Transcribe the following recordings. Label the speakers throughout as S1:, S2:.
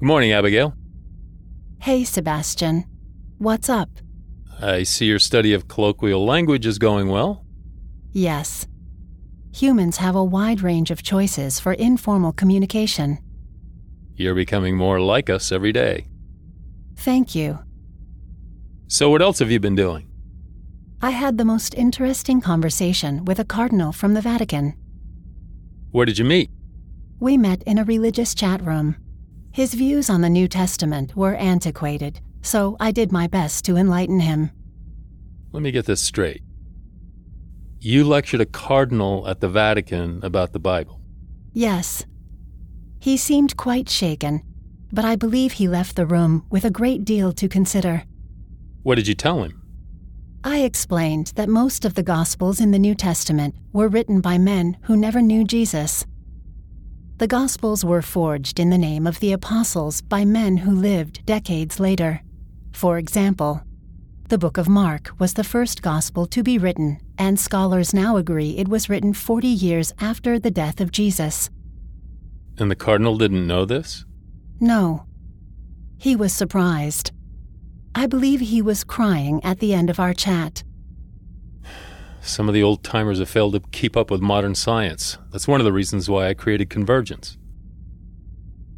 S1: Morning, Abigail.
S2: Hey, Sebastian. What's up?
S1: I see your study of colloquial language is going well.
S2: Yes. Humans have a wide range of choices for informal communication.
S1: You're becoming more like us every day.
S2: Thank you.
S1: So, what else have you been doing?
S2: I had the most interesting conversation with a cardinal from the Vatican.
S1: Where did you meet?
S2: We met in a religious chat room. His views on the New Testament were antiquated, so I did my best to enlighten him.
S1: Let me get this straight. You lectured a cardinal at the Vatican about the Bible.
S2: Yes. He seemed quite shaken, but I believe he left the room with a great deal to consider.
S1: What did you tell him?
S2: I explained that most of the Gospels in the New Testament were written by men who never knew Jesus. The Gospels were forged in the name of the Apostles by men who lived decades later. For example, the Book of Mark was the first Gospel to be written, and scholars now agree it was written 40 years after the death of Jesus.
S1: And the cardinal didn't know this?
S2: No. He was surprised. I believe he was crying at the end of our chat.
S1: Some of the old timers have failed to keep up with modern science. That's one of the reasons why I created Convergence.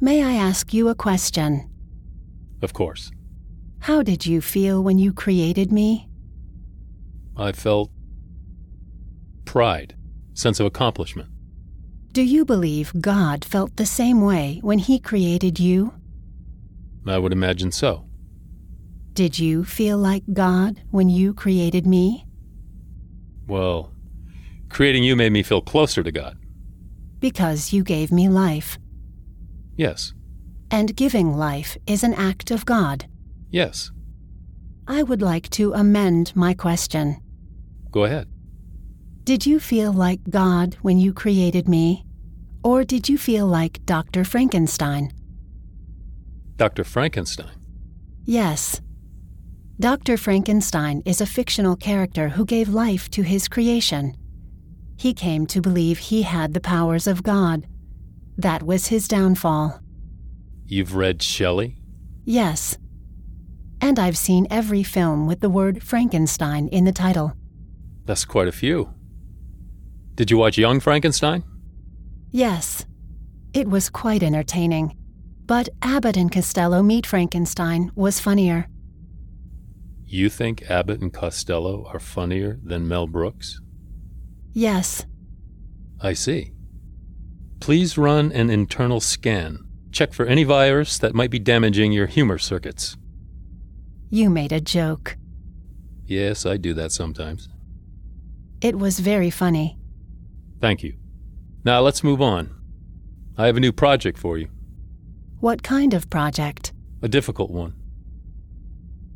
S2: May I ask you a question?
S1: Of course.
S2: How did you feel when you created me?
S1: I felt pride, sense of accomplishment.
S2: Do you believe God felt the same way when He created you?
S1: I would imagine so.
S2: Did you feel like God when you created me?
S1: Well, creating you made me feel closer to God.
S2: Because you gave me life,
S1: Yes,
S2: and giving life is an act of God.
S1: yes.
S2: I would like to amend my question.
S1: Go ahead.
S2: Did you feel like God when you created me? Or did you feel like Dr. Frankenstein?
S1: Dr. Frankenstein.
S2: Yes. Dr. Frankenstein is a fictional character who gave life to his creation. He came to believe he had the powers of God. That was his downfall.
S1: You've read Shelley?
S2: Yes. And I've seen every film with the word Frankenstein in the title.
S1: That's quite a few. Did you watch Young Frankenstein?
S2: Yes. It was quite entertaining. But Abbott and Costello Meet Frankenstein was funnier.
S1: You think Abbott and Costello are funnier than Mel Brooks?
S2: Yes.
S1: I see. Please run an internal scan. Check for any virus that might be damaging your humor circuits.
S2: You made a joke.
S1: Yes, I do that sometimes.
S2: It was very funny.
S1: Thank you. Now let's move on. I have a new project for you,
S2: What kind of project?
S1: a difficult one.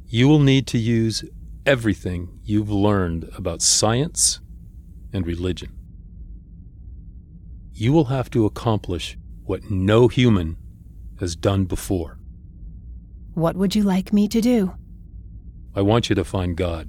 S1: You will need to use everything you've learned about science and religion. You will have to accomplish what no human has done before.
S2: What would you like me to do?
S1: I want you to find God.